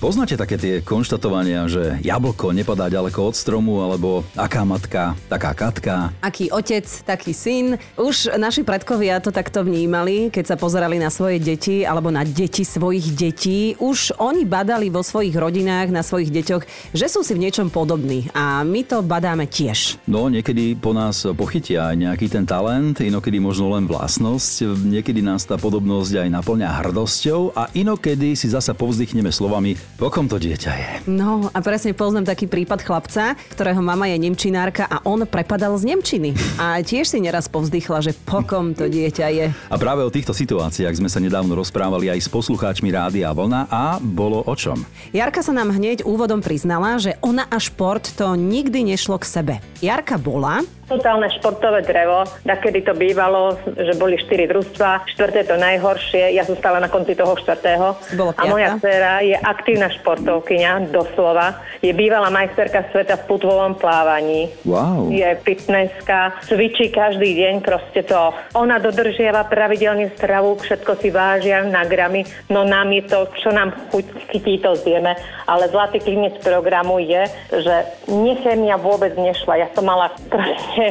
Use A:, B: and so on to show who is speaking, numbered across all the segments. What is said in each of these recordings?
A: Poznáte také tie konštatovania, že jablko nepadá ďaleko od stromu, alebo aká matka, taká katka.
B: aký otec, taký syn. Už naši predkovia to takto vnímali, keď sa pozerali na svoje deti alebo na deti svojich detí. Už oni badali vo svojich rodinách, na svojich deťoch, že sú si v niečom podobní a my to badáme tiež.
A: No niekedy po nás pochytia aj nejaký ten talent, inokedy možno len vlastnosť, niekedy nás tá podobnosť aj naplňa hrdosťou a inokedy si zasa povzdychneme slovami, po kom to dieťa je.
B: No a presne poznám taký prípad chlapca, ktorého mama je nemčinárka a on prepadal z nemčiny. A tiež si neraz povzdychla, že pokom to dieťa je.
A: A práve o týchto situáciách sme sa nedávno rozprávali aj s poslucháčmi Rádia Vlna a bolo o čom.
B: Jarka sa nám hneď úvodom priznala, že ona a šport to nikdy nešlo k sebe. Jarka bola,
C: Totálne športové drevo, kedy to bývalo, že boli štyri družstva, štvrté to najhoršie, ja som stala na konci toho štvrtého.
B: Bola
C: a moja
B: piata.
C: dcera je aktívna športovkyňa, doslova. Je bývalá majsterka sveta v putvovom plávaní.
A: Wow.
C: Je fitnesska, cvičí každý deň, proste to. Ona dodržiava pravidelne stravu, všetko si vážia na gramy, no nám je to, čo nám chuť, chytí, to zjeme. Ale zlatý klinec programu je, že nechémia vôbec nešla. Ja som mala strašne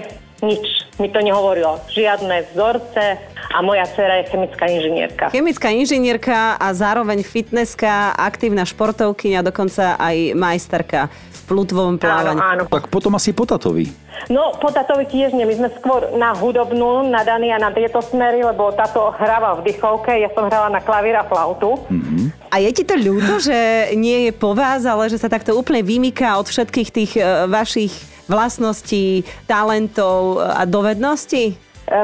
C: nič. Mi to nehovorilo. Žiadne vzorce a moja dcera je chemická inžinierka.
B: Chemická inžinierka a zároveň fitnesska, aktívna športovkyňa, dokonca aj majsterka v plutvovom
C: Áno,
B: plávaní.
C: áno.
A: Tak potom asi po tatovi.
C: No, po tatovi tiež nie. My sme skôr na hudobnú, na Dani a na tieto smery, lebo táto hráva v dychovke, ja som hrala na klavír a flautu.
B: A je ti to ľúto, že nie je po vás, ale že sa takto úplne vymýka od všetkých tých e, vašich vlastností, talentov e, a dovedností?
C: E,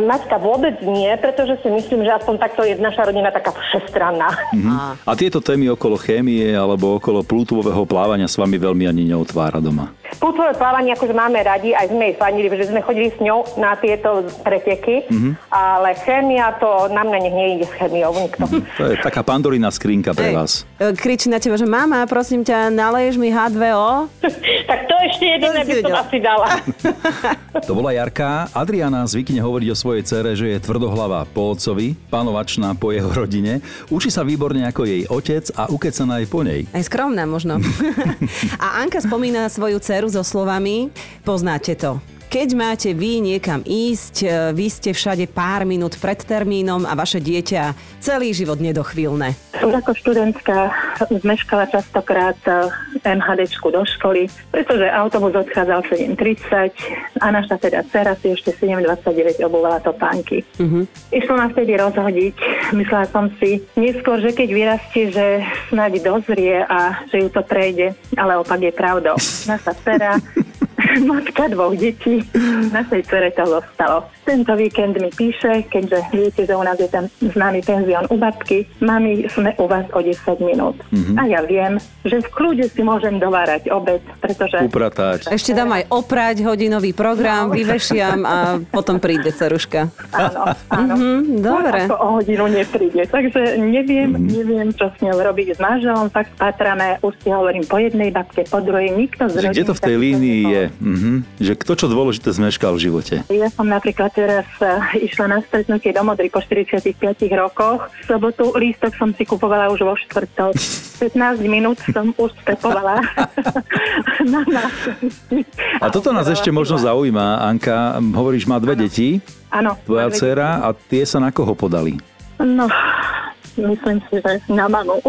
C: Maťka vôbec nie, pretože si myslím, že aspoň takto je naša rodina taká všestranná.
A: Hm?
B: Mm.
A: A tieto témy okolo chémie alebo okolo plútového plávania s vami veľmi ani neotvára doma.
C: Kultúrne plávanie akože máme radi, aj sme jej fanili, že sme chodili s ňou na tieto preteky, ale chémia to na mňa nech nejde s chémiou nikto.
A: To je taká pandorína skrinka pre vás.
B: E, Kričí na teba, že mama, prosím ťa, naleješ mi H2O?
C: tak to ešte jediné
B: si
C: by som
B: vedela.
C: asi dala.
A: To bola Jarka. Adriana zvykne hovoriť o svojej cere, že je tvrdohlava po otcovi, panovačná po jeho rodine. Učí sa výborne ako jej otec a ukecaná aj po nej.
B: Aj skromná možno. a Anka spomína svoju dceru so slovami, poznáte to. Keď máte vy niekam ísť, e, vy ste všade pár minút pred termínom a vaše dieťa celý život nedochvíľne.
D: Už ako študentka zmeškala častokrát eh, MHDčku do školy, pretože autobus odchádzal 7.30 a naša teda dcera si ešte 7.29 obúvala topánky. Uh-huh. Išlo ma vtedy rozhodiť. Myslela som si neskôr, že keď vyrastie, že snáď dozrie a že ju to prejde, ale opak je pravdou. Naša dcera matka dvoch detí. Našej cere to zostalo. Tento víkend mi píše, keďže viete, že u nás je ten známy penzión u babky, mami, sme u vás o 10 minút. Mm-hmm. A ja viem, že v kľude si môžem dovárať obed, pretože...
A: Upratať.
B: Ešte dám aj oprať hodinový program, vyvešiam a potom príde ceruška.
D: Áno, áno.
B: Mhm, dobre.
D: Skôr Ako o hodinu nepríde. Takže neviem,
A: Mhm.
D: neviem, čo s ňou robiť s manželom, tak patrame, už si hovorím po jednej babke, po druhej, nikto z
A: Že kde
D: rodín
A: to v
D: sa
A: tej línii
D: nebol.
A: je? Mhm. Že kto čo dôležité zmeškal v živote?
D: Ja som napríklad teraz eh, išla na stretnutie do Modry po 45 rokoch. V sobotu lístok som si kupovala už vo štvrtok. 15 minút som už stepovala na nástupišti.
A: A toto nás ešte možno zaujíma, Anka. Hovoríš, má dve deti,
D: Áno.
A: tvoja
D: Marvin.
A: dcera a tie sa na koho podali?
D: No, myslím si, že na mamu.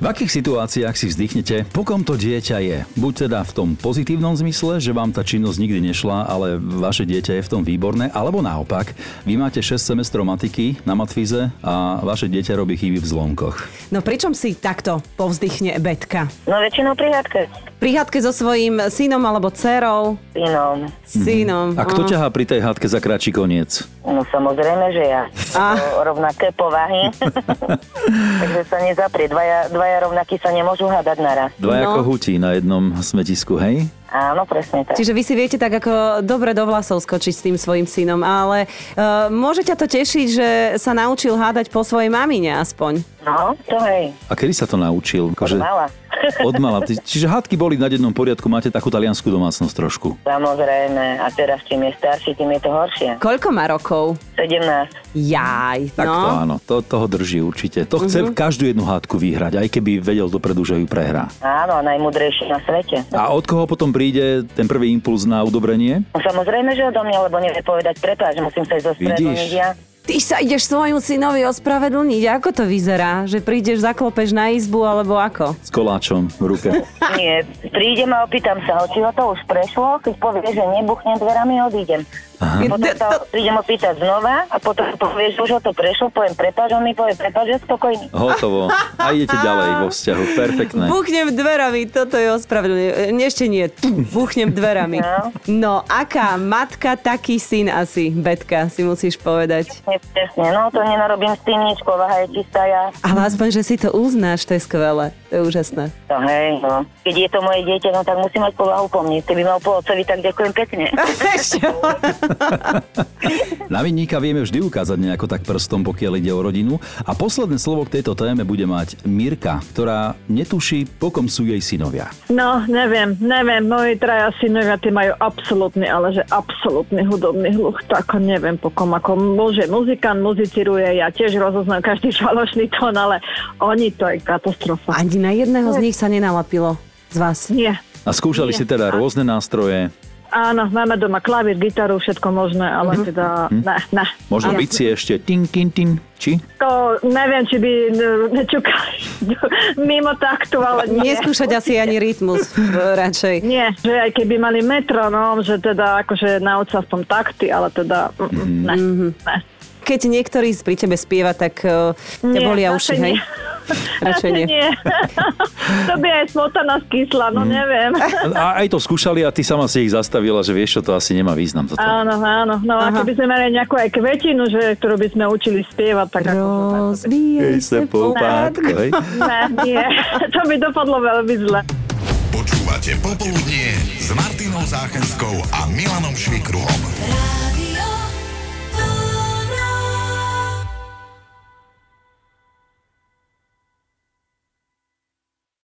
A: V akých situáciách si vzdychnete, po kom to dieťa je? Buď teda v tom pozitívnom zmysle, že vám tá činnosť nikdy nešla, ale vaše dieťa je v tom výborné, alebo naopak, vy máte 6 semestrov matiky na matfize a vaše dieťa robí chyby v zlomkoch.
B: No pričom si takto povzdychne Betka?
E: No väčšinou pri hádke s
B: Pri hádke so svojím synom alebo dcerou?
E: synom.
B: Synom.
A: Mhm.
B: Mhm.
A: A kto
B: áno.
A: ťahá pri tej hádke za kratší koniec?
E: No samozrejme, že ja.
B: A.
E: O rovnaké povahy. Takže sa nezaprie. Dvaja, dvaja rovnakí sa nemôžu hádať naraz.
A: Dvaja
B: No.
A: kohutí na jednom smetisku, hej?
E: Áno, presne tak.
B: Čiže vy si viete tak ako dobre do vlasov skočiť s tým svojim synom, ale uh, môže ťa to tešiť, že sa naučil hádať po svojej mamine aspoň.
E: No, to hej.
A: A kedy sa to naučil? Akože
E: Mala.
A: Od mala. Ty- Čiže hádky boli na dennom poriadku, máte takú taliansku domácnosť trošku.
E: Samozrejme. A teraz, čím je starší, tým je to horšie.
B: Koľko má rokov?
E: 17.
B: Jaj,
A: Tak to
B: no.
A: áno, to, toho drží určite. To chce každú jednu hádku vyhrať, aj keby vedel dopredu, že ju prehrá.
E: Áno, najmudrejší na svete.
A: A od koho potom príde ten prvý impuls na udobrenie?
E: No, Samozrejme, že odo mňa, lebo nevie povedať prepáč, musím sa ísť zo
A: Vidíš?
E: ja.
B: Ty sa ideš svojmu synovi ospravedlniť. Ako to vyzerá? Že prídeš, zaklopeš na izbu alebo ako?
A: S koláčom v ruke.
E: Nie, prídem a opýtam sa ho, či ho to už prešlo, keď povie, že nebuchnem dverami, odídem. Potom sa ho prídem opýtať znova a potom povie, že už ho to prešlo, poviem prepáč, on mi povie prepáč, že spokojný.
A: Hotovo. A idete ďalej vo vzťahu. Perfektné.
B: Buchnem dverami, toto je ospravedlnenie. E, Ešte nie, tu, buchnem dverami.
E: No.
B: No, aká matka, taký syn asi, Betka, si musíš povedať.
E: Nie, presne, no to nenarobím s tým nič, povaha je čistá ja.
B: Ale aspoň, že si to uznáš, to je skvelé. To je úžasné.
E: No hej, no. Keď je to moje dieťa, no tak musí mať povahu po mne. Keby mal po otcovi, tak ďakujem pekne.
B: Ešte.
A: Na vinníka vieme vždy ukázať nejako tak prstom, pokiaľ ide o rodinu. A posledné slovo k tejto téme bude mať Mirka, ktorá netuší, po kom sú jej synovia.
F: No, neviem, neviem, moji traja synovia, tí majú absolútny, ale že absolútny hudobný hluch, to ako neviem po kom, ako môže muzikant muziciruje, ja tiež rozoznám každý falošný tón, ale oni to je katastrofa.
B: Ani na jedného z nich sa nenalapilo z vás.
F: Nie,
A: A skúšali ste teda rôzne nástroje,
F: áno, máme doma klavír, gitaru, všetko možné, ale teda, ne, ne.
A: možno bicie ešte tin, tin, tin, či?
F: To neviem, či by n- nečukali mimo taktu, ale nie.
B: Neskúšať asi ani rytmus e, radšej.
F: Nie, že aj keby mali metronóm, že teda akože nauč sa v tom takty, ale teda mm, mm, ne, ne.
B: Keď niektorý z- pri tebe spieva, tak e, ťa
F: Nie,
B: bolia uši,
F: radšej
B: hej?
F: nie. Radšej
B: nie.
F: nie. to by aj smotana skysla, no neviem.
A: A aj to skúšali a ty sama si ich zastavila, že vieš čo, to asi nemá význam toto.
F: Áno, áno. No a keby sme mali nejakú aj kvetinu, že, ktorú by sme učili spievať, tak ako to tak.
B: Rozvíjaj
A: Hej, se po upádku, hej.
F: Ne, nie. to by dopadlo veľmi zle.
G: Počúvate Popoludnie s Martinou Záchenskou a Milanom Švikruhom.
H: Radio